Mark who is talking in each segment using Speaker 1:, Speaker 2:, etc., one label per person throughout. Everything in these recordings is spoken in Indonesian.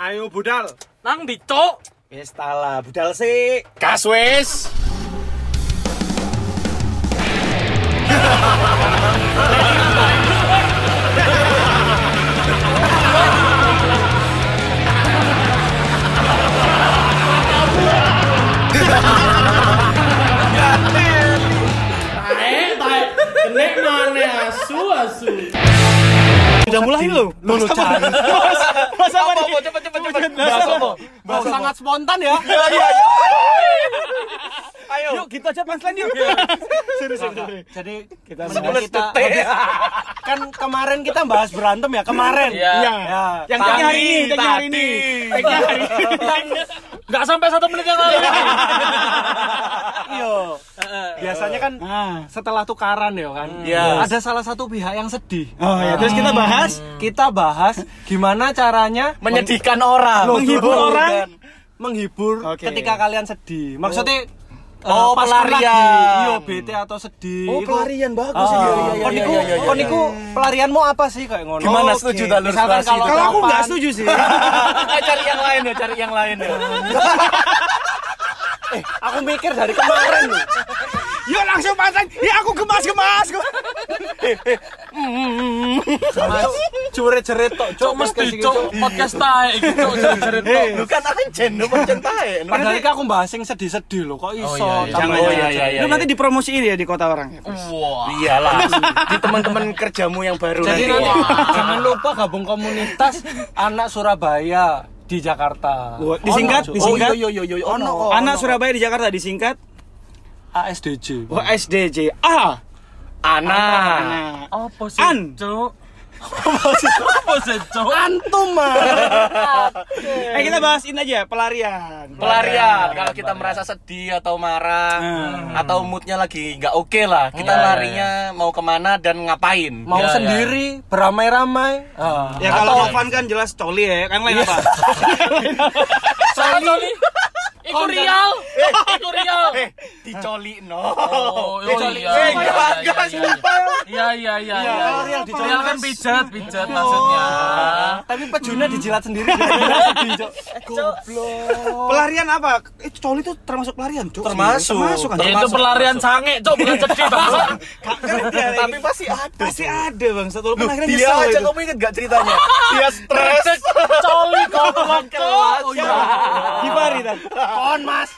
Speaker 1: Ayo budal.
Speaker 2: Nang ndi, Cuk?
Speaker 3: Wis tala, budal sik.
Speaker 4: Gas wis.
Speaker 5: Eh, tai. Kenek mana asu asu.
Speaker 3: Udah mulai lho. Lho cari. Mas apa nih?
Speaker 2: Cepet cepet cepet. Bahas apa?
Speaker 3: Bahas apa?
Speaker 2: Sangat spontan ya.
Speaker 1: Iya,
Speaker 3: Yuk gitu aja punchline yuk. Seru seru. Jadi kita bahas-
Speaker 2: Kita
Speaker 3: kan kemarin kita bahas berantem ya kemarin.
Speaker 2: Iya.
Speaker 3: Ya.
Speaker 1: Yang tadi hari ini, yang hari ini.
Speaker 3: Tagnya hari ini.
Speaker 2: enggak sampai satu menit yang lalu.
Speaker 3: Yo. Iya. Biasanya kan
Speaker 1: Ah.
Speaker 3: setelah tukaran ya kan. Ada salah satu pihak yang sedih.
Speaker 1: Oh ya, terus kita bahas
Speaker 3: Kita bahas gimana caranya
Speaker 2: Menyedihkan orang.
Speaker 3: Loh,
Speaker 1: menghibur
Speaker 3: bukan.
Speaker 1: orang.
Speaker 3: gitu kan. menghibur
Speaker 1: Oke.
Speaker 3: ketika kalian sedih. Maksudnya eh,
Speaker 2: Oh,
Speaker 3: pas kan
Speaker 2: pelarian.
Speaker 3: lagi, Iya, bete atau sedih.
Speaker 1: Oh,
Speaker 3: itu-
Speaker 1: pelarian bagus.
Speaker 3: Ah,
Speaker 1: Iya, iya, iya,
Speaker 3: kon
Speaker 1: iya,
Speaker 3: niku-
Speaker 1: iya, iya,
Speaker 3: kon
Speaker 1: iya.
Speaker 3: niku pelarianmu apa sih kayak ngono?
Speaker 4: Gimana
Speaker 3: Oke.
Speaker 4: setuju tak lurus
Speaker 3: Misalkan
Speaker 4: bahas
Speaker 3: kalau
Speaker 1: Kalau
Speaker 4: itu?
Speaker 1: aku
Speaker 3: jawaban-
Speaker 1: nggak setuju sih.
Speaker 2: cari yang lain ya, cari yang lain ya.
Speaker 3: Aku mikir dari kemarin loh.
Speaker 1: Yuk langsung pasang. Ya aku gemas-gemas.
Speaker 3: Mas, jerit-jerit tok,
Speaker 2: Cuk mesti cuk
Speaker 3: gitu.
Speaker 2: podcast tae gitu, iki cuk
Speaker 3: Eh,
Speaker 2: jerit tok.
Speaker 4: Bukan anjen, lu pancen tae.
Speaker 3: Padahal iki aku bahas yang sedih-sedih loh kok iso.
Speaker 4: Jangan
Speaker 3: tambah-
Speaker 4: oh iya iya iya.
Speaker 1: Lu nanti dipromosiin ya di kota orang. ya?
Speaker 2: Wah.
Speaker 4: iyalah di teman-teman kerjamu yang baru
Speaker 3: Jadi
Speaker 4: nanti.
Speaker 3: nanti jangan lupa gabung komunitas anak Surabaya di Jakarta.
Speaker 1: Wah, disingkat,
Speaker 3: Ono, Cuk.
Speaker 1: disingkat.
Speaker 3: Oh, iya iya iya iya, ono. kok,
Speaker 1: Anak
Speaker 3: ono.
Speaker 1: Surabaya di Jakarta disingkat Oh,
Speaker 3: ASDJ.
Speaker 1: SDJ. Ah,
Speaker 4: Ana.
Speaker 1: nah.
Speaker 2: Apa sih,
Speaker 1: An.
Speaker 2: Cuk? Apa sih, Cuk?
Speaker 3: Antum
Speaker 2: ah.
Speaker 1: Eh kita bahasin aja pelarian.
Speaker 4: Pelarian kalau kita merasa sedih atau marah atau moodnya lagi nggak oke lah, kita
Speaker 2: Iya,
Speaker 4: larinya mau kemana dan ngapain?
Speaker 3: Mau
Speaker 4: Ya, ya.
Speaker 3: sendiri beramai-ramai. Ah.
Speaker 1: Ya kalau Novan kan jelas coli ya, kan
Speaker 2: Iya.
Speaker 1: lain apa?
Speaker 2: Oh, Soalnya Coli. Iku real. Iku real.
Speaker 4: Eh, dicoli no.
Speaker 2: Oh,
Speaker 4: Eh,
Speaker 2: iya,
Speaker 4: coli.
Speaker 2: iya, iya,
Speaker 4: Eh, enggak,
Speaker 2: iya,
Speaker 4: enggak,
Speaker 2: iya.
Speaker 4: enggak.
Speaker 2: Iya iya iya. iya.
Speaker 3: kalau real dicolong
Speaker 2: Real kan
Speaker 3: kan-
Speaker 2: pijat, pijat maksudnya.
Speaker 3: Tapi pejuna dijilat sendiri. Sedih, Cuk.
Speaker 1: pelarian apa? Eh, coli itu termasuk pelarian, Cuk.
Speaker 4: Termasuk.
Speaker 1: Termasuk kan?
Speaker 2: Ya, itu pelarian sange, Cuk, bukan sedih, Bang.
Speaker 4: Tapi pasti ada.
Speaker 1: Pasti ada bang, satu lu akhirnya
Speaker 4: Dia
Speaker 1: nyesel
Speaker 4: aja
Speaker 1: itu.
Speaker 4: kamu inget gak ceritanya? Dia stres.
Speaker 2: Coli goblok, Cuk.
Speaker 4: Oh,
Speaker 2: iya.
Speaker 1: Gimana Ritan?
Speaker 4: Kon mas.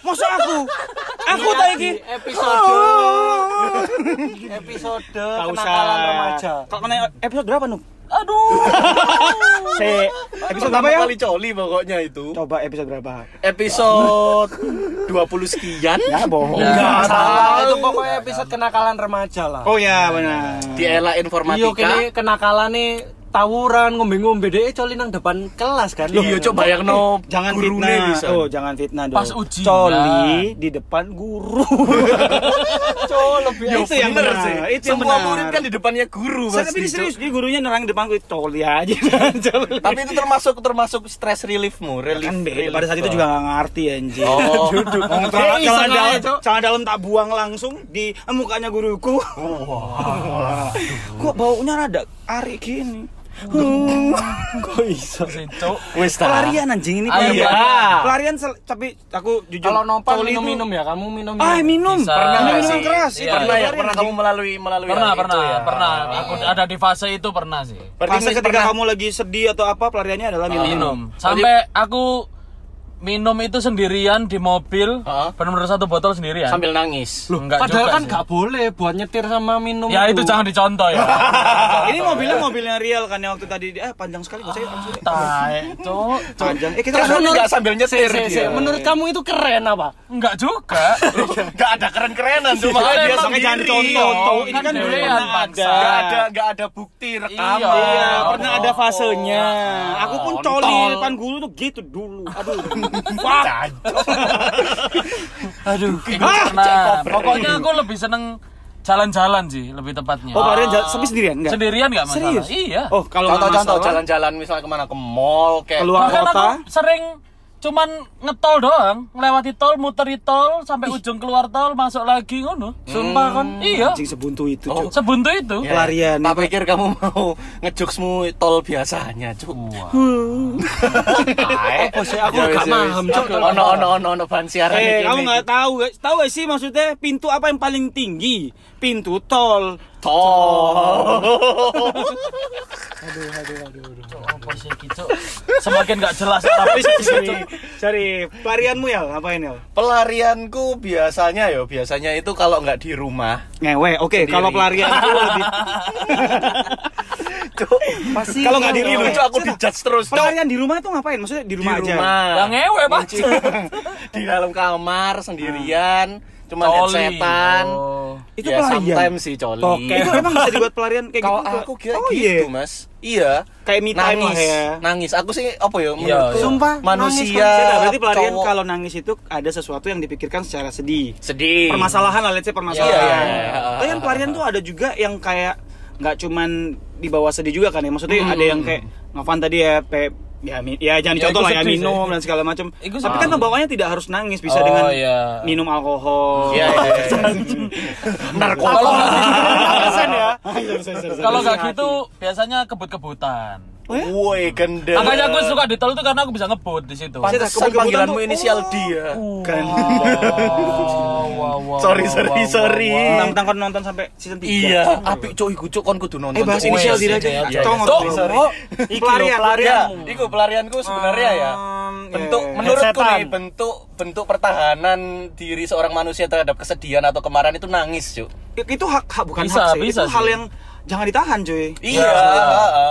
Speaker 1: Masa aku? Aku tak iki.
Speaker 3: episode episode kenakalan remaja.
Speaker 1: Kalau kena episode berapa, Nuk? Aduh. Se episode berapa
Speaker 4: Pertama
Speaker 1: ya?
Speaker 4: kali coli pokoknya itu.
Speaker 1: Coba episode berapa?
Speaker 4: Episode 20 sekian.
Speaker 1: Ya bohong.
Speaker 3: Enggak salah
Speaker 4: tahu.
Speaker 3: itu pokoknya episode kenakalan remaja lah.
Speaker 1: Oh ya, benar.
Speaker 4: di
Speaker 3: Iya kene
Speaker 4: era informatika
Speaker 3: kenakalan nih tawuran ngombe-ngombe deh coli nang depan kelas kan.
Speaker 4: iya coba yang no
Speaker 1: Eh, Jangan fitnah. Oh, jangan fitnah dong.
Speaker 2: Pas ujian.
Speaker 1: Coli di depan guru. Itu yang
Speaker 4: bener
Speaker 1: benar.
Speaker 4: sih
Speaker 1: Itu yang
Speaker 4: semua
Speaker 1: benar.
Speaker 4: murid kan di depannya guru gitu.
Speaker 1: Saya
Speaker 4: pasti,
Speaker 1: tapi ini
Speaker 4: Cok.
Speaker 1: serius, ini gurunya nerang depan gue coli aja. Coli.
Speaker 4: tapi itu termasuk termasuk stress reliefmu relief
Speaker 1: kan beda.
Speaker 4: relief,
Speaker 1: pada saat itu
Speaker 4: Bang.
Speaker 1: juga gak ngerti anjir.
Speaker 4: oh
Speaker 1: Mau celana-
Speaker 2: Oke,
Speaker 1: celana
Speaker 2: iseng aja,
Speaker 1: dalam,
Speaker 2: Cok.
Speaker 1: celana dalam tak buang langsung di eh, mukanya guruku. Kok baunya rada ari gini. Hmm. Kok iso?
Speaker 2: Sih, Cuk.
Speaker 4: wis
Speaker 1: Pelarian anjing ini
Speaker 2: Ayo,
Speaker 1: pelarian.
Speaker 2: Pak.
Speaker 1: Pelarian sel- tapi aku jujur
Speaker 3: Kalau nopan
Speaker 1: coli itu-
Speaker 3: minum-minum ya kamu minum.
Speaker 1: Ah, minum.
Speaker 2: Bisa.
Speaker 1: Minum
Speaker 4: Pernah
Speaker 1: minuman
Speaker 4: sih?
Speaker 1: keras.
Speaker 2: Iya.
Speaker 1: itu
Speaker 4: pernah ya
Speaker 1: pelarian,
Speaker 4: pernah
Speaker 1: anjing.
Speaker 4: kamu melalui melalui
Speaker 2: Pernah,
Speaker 4: hal itu
Speaker 2: pernah,
Speaker 4: ya?
Speaker 2: pernah. Aku ada di fase itu pernah sih.
Speaker 4: Berarti
Speaker 1: Fase
Speaker 4: ini
Speaker 1: ketika
Speaker 4: pernah-
Speaker 1: kamu lagi sedih atau apa pelariannya adalah minum.
Speaker 2: minum sampai aku minum itu sendirian di mobil
Speaker 4: Hah?
Speaker 2: benar-benar satu botol sendirian
Speaker 4: sambil nangis
Speaker 2: Loh, enggak
Speaker 3: Padahal
Speaker 2: juga
Speaker 3: kan
Speaker 2: sih.
Speaker 3: nggak boleh buat nyetir sama minum.
Speaker 2: ya itu jangan dicontoh ya
Speaker 1: Ini mobilnya mobilnya real kan yang waktu tadi eh panjang sekali saya langsung
Speaker 2: Tai, Cuk.
Speaker 1: panjang. Eh kita
Speaker 4: Kan
Speaker 1: langsung-
Speaker 4: menurut nggak sambil gitu?
Speaker 3: Se-
Speaker 4: nyetir
Speaker 3: se- se-
Speaker 4: dia.
Speaker 3: Menurut kamu itu keren apa?
Speaker 2: enggak juga
Speaker 4: Gak ada keren-kerenan cuma
Speaker 2: Iya,
Speaker 4: dia
Speaker 2: emang
Speaker 4: sendiri.
Speaker 1: jangan contoh, Iya. Cok. Ini
Speaker 2: Kan
Speaker 1: kan dulu
Speaker 2: dewean,
Speaker 1: pernah
Speaker 2: bangsa.
Speaker 1: ada.
Speaker 4: Gak ada gak ada bukti rekaman.
Speaker 1: Iya,
Speaker 2: Oh,
Speaker 1: pernah ada fasenya. Aku pun coli
Speaker 4: kontol.
Speaker 1: depan guru tuh gitu dulu. Aduh.
Speaker 2: aduh
Speaker 1: Ah,
Speaker 2: pernah pokoknya aku lebih seneng jalan-jalan sih lebih tepatnya
Speaker 1: Oh, kalian jalan tapi sendirian enggak?
Speaker 2: sendirian nggak masalah
Speaker 1: Serius?
Speaker 2: iya
Speaker 1: Oh, kalau nggak
Speaker 4: Contoh-contoh
Speaker 1: masalah,
Speaker 4: jalan-jalan misalnya kemana ke mall kayak
Speaker 1: keluar
Speaker 2: Bahkan
Speaker 1: kota.
Speaker 2: aku sering cuman ngetol doang, ngelewati tol, muteri tol, sampai ujung keluar tol, masuk lagi ngono. Sumpah kon. Iya.
Speaker 1: Hmm. Anjing Iya. sebuntu itu, Cuk.
Speaker 2: Sebuntu itu.
Speaker 1: Pelarian.
Speaker 4: Ya, Tak pikir kamu mau ngejuksmu tol biasanya, Cuk. Apa sih aku
Speaker 3: gak paham, Cuk.
Speaker 4: Ono ono ono ono ban siaran
Speaker 1: Eh,
Speaker 4: iki,
Speaker 1: kamu
Speaker 4: iki.
Speaker 1: nggak tahu, guys. Tahu gak sih maksudnya pintu apa yang paling tinggi? Pintu tol.
Speaker 4: tol.
Speaker 2: Apa sih iki, Cuk? Semakin gak jelas tapi
Speaker 1: cari, cari pelarianmu ya, ngapain ya?
Speaker 4: Pelarianku biasanya ya, biasanya itu kalau nggak di rumah.
Speaker 1: Ngewe, oke. Kalau pelarian itu lebih.
Speaker 4: Cuk, pasti
Speaker 1: Kalau nggak di rumah.
Speaker 4: lucu aku dijudge terus, Cuk.
Speaker 1: Pelarian di rumah tuh ngapain? Maksudnya di
Speaker 4: Di
Speaker 1: rumah aja.
Speaker 2: Ya ngewe, Pak.
Speaker 4: di dalam kamar sendirian, cuma
Speaker 2: Coli.
Speaker 4: headsetan.
Speaker 2: Oh.
Speaker 1: Itu
Speaker 4: ya,
Speaker 1: pelarian?
Speaker 4: sometimes sih coli.
Speaker 1: Oke. Itu emang bisa dibuat pelarian kayak
Speaker 4: Kalau
Speaker 1: gitu.
Speaker 4: aku kira
Speaker 1: oh, iya.
Speaker 4: gitu, Mas. Iya.
Speaker 1: Kayak me time lah
Speaker 4: nangis,
Speaker 1: ya.
Speaker 4: nangis. Aku sih apa
Speaker 2: Iya,
Speaker 4: ya?
Speaker 2: iya.
Speaker 4: menurutku
Speaker 1: Sumpah,
Speaker 4: manusia.
Speaker 1: nangis, manusia. Nah, berarti pelarian
Speaker 4: cowok.
Speaker 1: kalau nangis itu ada sesuatu yang dipikirkan secara sedih.
Speaker 4: sedih.
Speaker 1: Permasalahan lah, let's say permasalahan.
Speaker 4: Iya, iya, iya.
Speaker 1: Tapi kan pelarian tuh ada juga yang kayak nggak cuman di bawah sedih juga kan ya. Maksudnya
Speaker 4: Hmm.
Speaker 1: ada yang kayak Novan tadi ya, kayak ya, mi- ya jangan
Speaker 2: Ya,
Speaker 1: dicontoh
Speaker 2: itu
Speaker 1: lah ya
Speaker 2: sedih sih.
Speaker 1: minum dan segala macam.
Speaker 2: Itu
Speaker 1: Tapi
Speaker 2: sedih.
Speaker 4: Iya.
Speaker 1: kan membawanya tidak harus nangis, bisa
Speaker 2: Oh,
Speaker 1: dengan
Speaker 2: iya.
Speaker 1: minum alkohol. ya.
Speaker 4: Iya, iya, iya. Narkoba.
Speaker 2: Kalau gitu,
Speaker 1: Alasan ya.
Speaker 2: kalau nggak gitu biasanya kebut-kebutan.
Speaker 1: Eh?
Speaker 4: Woi, gendeng.
Speaker 2: Makanya aku suka di tol itu karena aku bisa ngebut di situ.
Speaker 1: Pantes.
Speaker 4: Pantesan
Speaker 1: Kebut-kebutan
Speaker 4: panggilanmu
Speaker 1: tuh,
Speaker 4: inisial
Speaker 1: oh.
Speaker 4: dia.
Speaker 1: Kan.
Speaker 4: ya. Oh.
Speaker 2: Oh,
Speaker 4: Sorry, sorry, sorry.
Speaker 1: Tentang kon nonton sampai season 3.
Speaker 4: Iya, apik cuk iku cuk kon kudu nonton.
Speaker 1: Eh bahas
Speaker 4: Cuk.
Speaker 1: inisial
Speaker 4: Wes,
Speaker 1: diri
Speaker 4: iya,
Speaker 1: aja.
Speaker 4: iya,
Speaker 1: Tolong,
Speaker 4: iya.
Speaker 1: tolong.
Speaker 4: Sorry.
Speaker 1: Oh,
Speaker 4: Iki lho,
Speaker 1: pelarian,
Speaker 4: pelarian.
Speaker 1: pelarianmu.
Speaker 4: Iku pelarianku sebenarnya ya.
Speaker 1: Um,
Speaker 4: Bentuk
Speaker 1: iya.
Speaker 4: menurutku
Speaker 1: Setan.
Speaker 4: nih bentuk bentuk pertahanan diri seorang manusia terhadap kesedihan atau kemarahan itu nangis, cuk.
Speaker 1: itu hak, hak bukan hak
Speaker 2: Bisa,
Speaker 1: sih.
Speaker 2: bisa
Speaker 1: itu hal
Speaker 2: sih.
Speaker 1: yang jangan ditahan, cuy.
Speaker 4: Iya,
Speaker 1: Ditahan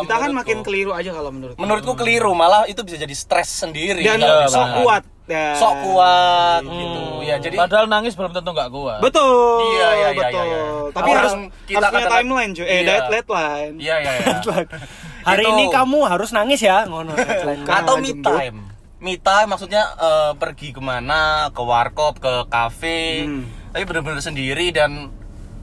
Speaker 4: menurutku.
Speaker 1: kan makin keliru aja kalau menurut.
Speaker 4: Menurutku keliru, malah itu bisa jadi stres sendiri.
Speaker 1: Dan
Speaker 4: kalau
Speaker 1: sok
Speaker 4: ditahan.
Speaker 1: kuat. Hmm. Ya.
Speaker 4: Sok kuat gitu. Ya, jadi
Speaker 2: Padahal nangis belum tentu nggak kuat.
Speaker 1: Betul.
Speaker 4: Iya, iya, iya,
Speaker 1: betul.
Speaker 4: iya, iya.
Speaker 1: Tapi
Speaker 4: Orang
Speaker 1: harus
Speaker 4: kita
Speaker 1: harus punya
Speaker 4: katakan-
Speaker 1: timeline, cuy. Eh,
Speaker 4: Iya.
Speaker 1: dead deadline.
Speaker 4: Iya, iya, iya.
Speaker 6: Hari
Speaker 4: Itu.
Speaker 6: ini kamu harus nangis ya, ngono.
Speaker 4: atau me time me time maksudnya eh, pergi kemana ke warkop ke kafe
Speaker 1: Hmm.
Speaker 4: tapi bener-bener sendiri dan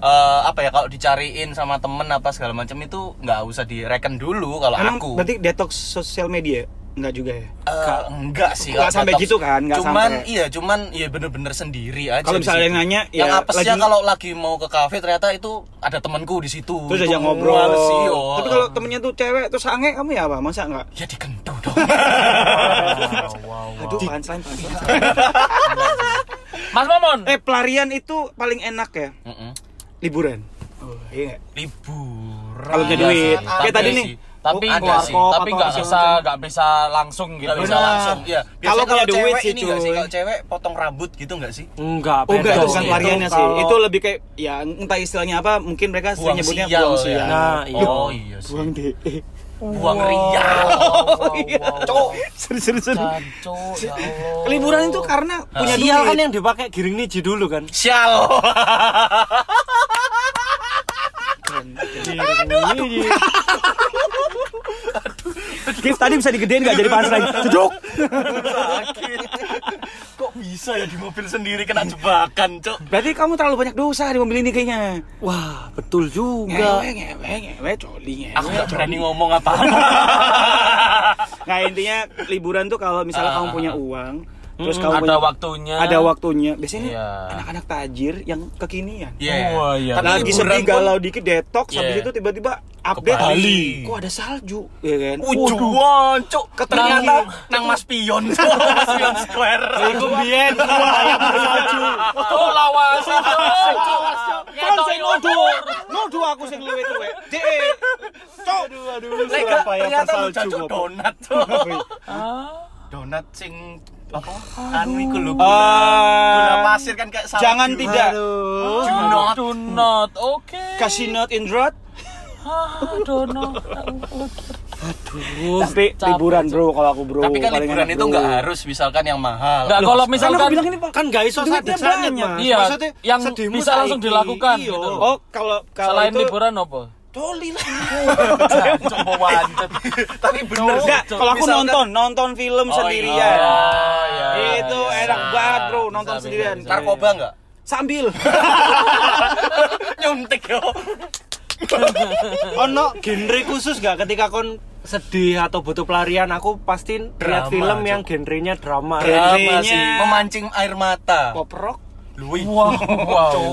Speaker 4: eh, apa ya kalau dicariin sama temen apa segala macam itu nggak usah direken dulu kalau
Speaker 1: Emang
Speaker 4: aku
Speaker 1: berarti detox sosial media? Enggak juga ya?
Speaker 4: Eh, enggak sih
Speaker 1: nggak
Speaker 4: kalau
Speaker 1: sampai
Speaker 4: tetap-
Speaker 1: gitu kan, nggak
Speaker 4: cuman
Speaker 1: sampai.
Speaker 4: iya cuman iya bener-bener sendiri aja
Speaker 1: Kalau
Speaker 4: di
Speaker 1: misalnya
Speaker 4: situ.
Speaker 1: yang nanya,
Speaker 4: yang
Speaker 1: ya
Speaker 4: apesnya
Speaker 1: lagi-
Speaker 4: kalau lagi mau ke kafe ternyata itu ada temanku di situ
Speaker 1: Terus
Speaker 4: Itu
Speaker 1: aja ngobrol.
Speaker 4: mual sih, yo.
Speaker 1: Tapi kalau temennya tuh cewek terus sange kamu ya apa? Masa enggak?
Speaker 4: ya dikentu dong
Speaker 1: Aduh, punchline, punchline.
Speaker 2: Mas Momon,
Speaker 1: Eh, pelarian itu paling enak ya?
Speaker 4: Mm-mm.
Speaker 1: Liburan. Oh, iya. nggak?
Speaker 4: liburan
Speaker 1: Kalau punya
Speaker 4: Iya
Speaker 1: duit.
Speaker 4: sih,
Speaker 1: Kayak
Speaker 4: tapi
Speaker 1: tadi
Speaker 4: sih.
Speaker 1: nih.
Speaker 2: tapi
Speaker 1: Oh,
Speaker 4: ada
Speaker 2: nggak
Speaker 4: sih,
Speaker 2: tapi
Speaker 1: atau
Speaker 2: nggak
Speaker 1: segala
Speaker 2: bisa
Speaker 1: macam.
Speaker 2: nggak bisa langsung gitu.
Speaker 4: Nggak bisa
Speaker 1: Benar.
Speaker 4: langsung ya
Speaker 1: Kalau
Speaker 4: kalau
Speaker 1: punya duit
Speaker 4: cewek
Speaker 1: sih,
Speaker 4: ini nggak sih
Speaker 1: cuy.
Speaker 4: kalau cewek potong rambut gitu nggak sih
Speaker 6: Enggak,
Speaker 1: Oh enggak, itu
Speaker 6: beda.
Speaker 1: bukan
Speaker 4: sih.
Speaker 1: pelariannya
Speaker 6: Itu
Speaker 1: sih.
Speaker 6: kalau-
Speaker 1: Itu lebih kayak ya entah istilahnya apa, mungkin mereka sering
Speaker 4: buang
Speaker 1: nyebutnya
Speaker 4: sial,
Speaker 2: Oh,
Speaker 1: buang sial.
Speaker 4: ya
Speaker 6: Nah, iya.
Speaker 4: oh iya sih
Speaker 1: Buang DE.
Speaker 4: buang rial cowok
Speaker 1: Seru seru seru.
Speaker 2: Cuk, ya Allah.
Speaker 1: Liburan itu karena punya
Speaker 6: Sial
Speaker 1: duit.
Speaker 6: kan yang dipakai giring niji dulu kan.
Speaker 4: sial
Speaker 1: Gift tadi bisa digedein enggak jadi punchline? Ceduk.
Speaker 4: sakit kok bisa ya di mobil sendiri kena jebakan cok
Speaker 1: Berarti kamu terlalu banyak dosa di mobil ini kayaknya.
Speaker 6: Wah, betul juga.
Speaker 1: Ngewe, ngewe, ngewe, coli, ngewe.
Speaker 2: Ah.
Speaker 4: aku nggak berani ngomong apa apa
Speaker 1: Nah intinya liburan tuh kalau misalnya kamu punya uang, terus kamu
Speaker 2: ada
Speaker 1: punya-
Speaker 2: waktunya.
Speaker 1: ada waktunya. Biasanya
Speaker 2: Iya.
Speaker 1: anak-anak tajir yang kekinian.
Speaker 2: Wah, iya.
Speaker 1: Lagi sedih galau dikit detox,
Speaker 2: Iya.
Speaker 1: habis itu tiba-tiba update
Speaker 4: Bali.
Speaker 1: Kok ada salju, ya kan?
Speaker 4: Ujuan, cok.
Speaker 1: Nang-
Speaker 4: Ternyata nang Mas Pion, Mas Pion Square. Aku bien.
Speaker 2: Oh, lawas itu.
Speaker 1: Kan saya nuduh, nuduh aku sing luwe tuwe. De, cok.
Speaker 4: Lega,
Speaker 1: Surabaya
Speaker 4: ternyata lu
Speaker 1: tersalju,
Speaker 4: jancuk
Speaker 1: Bapak.
Speaker 4: donat, cok. Donat sing apa? Anu iku lho. Gula
Speaker 1: Ah,
Speaker 4: pasir kan kayak salju.
Speaker 1: jangan tidak
Speaker 4: Do not.
Speaker 2: Do not. Oke.
Speaker 1: kasih not in drought.
Speaker 2: Ah, do not.
Speaker 1: Tapi
Speaker 2: capek,
Speaker 1: liburan bro, kalau aku bro.
Speaker 4: Tapi kan
Speaker 1: paling
Speaker 4: liburan
Speaker 1: enak,
Speaker 4: itu
Speaker 1: bro.
Speaker 4: nggak harus misalkan yang mahal.
Speaker 2: Nggak, kalau
Speaker 1: Kan aku
Speaker 2: misalkan
Speaker 1: bilang ini Pak.
Speaker 6: Kan gak iso
Speaker 1: Duitnya
Speaker 6: sadar-sadar,
Speaker 1: banyak.
Speaker 6: Mas.
Speaker 2: Iya,
Speaker 6: Maksudnya
Speaker 2: yang
Speaker 6: sedihmu
Speaker 2: bisa langsung
Speaker 6: saiki,
Speaker 2: dilakukan
Speaker 6: iya.
Speaker 2: gitu loh.
Speaker 1: Oh, kalau kalau
Speaker 2: selain
Speaker 1: itu-
Speaker 2: liburan apa?
Speaker 1: Toli lah.
Speaker 2: Coba wancet.
Speaker 4: Tapi bener sih.
Speaker 1: Enggak, kalau aku
Speaker 4: Misalkan-
Speaker 1: nonton, nonton film
Speaker 4: Oh,
Speaker 1: sendirian.
Speaker 4: iya.
Speaker 2: iya,
Speaker 1: itu
Speaker 2: iya,
Speaker 1: enak
Speaker 2: bisa.
Speaker 1: banget bro,
Speaker 2: Bisa,
Speaker 1: nonton
Speaker 2: bisa,
Speaker 1: sendirian.
Speaker 2: bisa.
Speaker 4: Narkoba nggak?
Speaker 1: Sambil.
Speaker 4: Nyuntik yo.
Speaker 6: ono genre khusus gak ketika kon sedih atau butuh pelarian aku pasti lihat
Speaker 4: Drama,
Speaker 6: film
Speaker 4: Cok.
Speaker 6: yang genrenya drama
Speaker 4: Drama
Speaker 1: Genrenya-
Speaker 4: sih, memancing air mata.
Speaker 6: pop rock
Speaker 4: Luwi. Wow.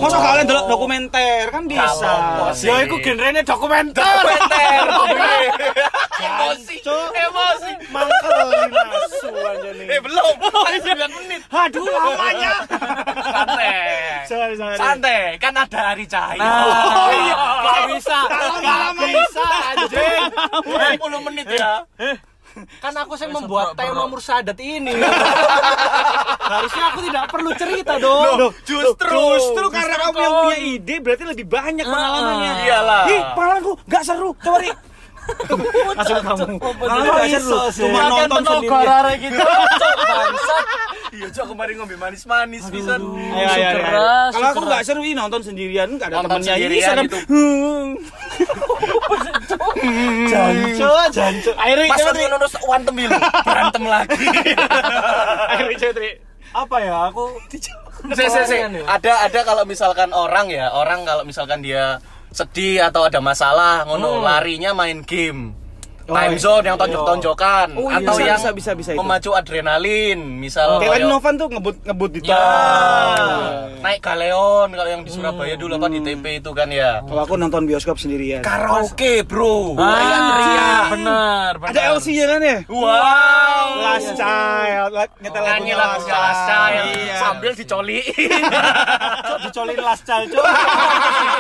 Speaker 1: Masa kalian delok dokumenter kan bisa.
Speaker 6: ya aku genrenya dokumenter
Speaker 4: Dokumenter. Emosi. Emosi.
Speaker 6: mangkel nasu aja
Speaker 4: Eh
Speaker 6: nih
Speaker 4: belum. Masih 9 menit.
Speaker 6: aduh lamanya
Speaker 4: Santai.
Speaker 1: Eh,
Speaker 6: sorry sorry
Speaker 4: Santai. Kan ada hari cahaya.
Speaker 6: Oh, iya. Gak bisa, gak bisa anjing.
Speaker 4: 20 menit ya.
Speaker 6: Kan aku yang membuat tema mursadat ini. Harusnya aku tidak perlu cerita dong.
Speaker 4: Justru.
Speaker 1: Justru Ah. karena kamu yang punya ide berarti lebih banyak pengalamannya.
Speaker 4: Iyalah.
Speaker 1: Ih, pengalamanku gak seru. Coba ri. Masuk kamu. Pengalaman gak seru. Cuma
Speaker 2: Makan
Speaker 1: nonton
Speaker 2: tenaga
Speaker 1: sendiri.
Speaker 2: rara gitu. Cok, bangsat.
Speaker 4: Iya, Cok, kemarin ngombe manis-manis pisan.
Speaker 1: Ayo, ayo, ayo.
Speaker 2: Keras,
Speaker 1: Kalau aku
Speaker 2: keras.
Speaker 1: gak seru ini nonton sendirian, gak ada
Speaker 4: Nonton
Speaker 1: temennya ini
Speaker 4: sendirian gitu.
Speaker 1: serem.
Speaker 4: itu.
Speaker 1: Hmm.
Speaker 6: Jancu, jancu.
Speaker 1: Akhirnya
Speaker 4: Pas
Speaker 1: coba
Speaker 4: lagi nonton wantem ya, lu. Berantem lagi.
Speaker 6: Apa ya aku?
Speaker 4: Se, se, se. Ada ada kalau misalkan orang ya, orang kalau misalkan dia sedih atau ada masalah
Speaker 1: Hmm.
Speaker 4: ngono larinya main game. Time zone yang
Speaker 1: iya.
Speaker 4: tonjok-tonjokan
Speaker 1: Oh, iya.
Speaker 4: atau
Speaker 1: Bisa,
Speaker 4: yang
Speaker 1: bisa, bisa, bisa itu. Oh.
Speaker 4: memacu adrenalin,
Speaker 1: Kayak
Speaker 4: misal
Speaker 1: tadi
Speaker 4: kayak-
Speaker 1: Novan tuh ngebut ngebut di
Speaker 4: Ya.
Speaker 1: tol.
Speaker 4: Naik Galeon kalau yang di Surabaya dulu apa di
Speaker 1: Hmm.
Speaker 4: TP itu kan ya.
Speaker 1: Kalau aku nonton bioskop sendirian.
Speaker 4: Karaoke,
Speaker 2: Ah,
Speaker 4: Bro.
Speaker 2: benar, benar.
Speaker 1: Ada LC nya kan ya?
Speaker 4: Wow.
Speaker 1: Last Child, la- nyetel
Speaker 4: Nyanyi
Speaker 1: lagunya
Speaker 4: lagu
Speaker 1: Last
Speaker 4: Salasa yang
Speaker 1: Child. Iya.
Speaker 4: sambil dicoli.
Speaker 6: Cok dicolin las cal, cok.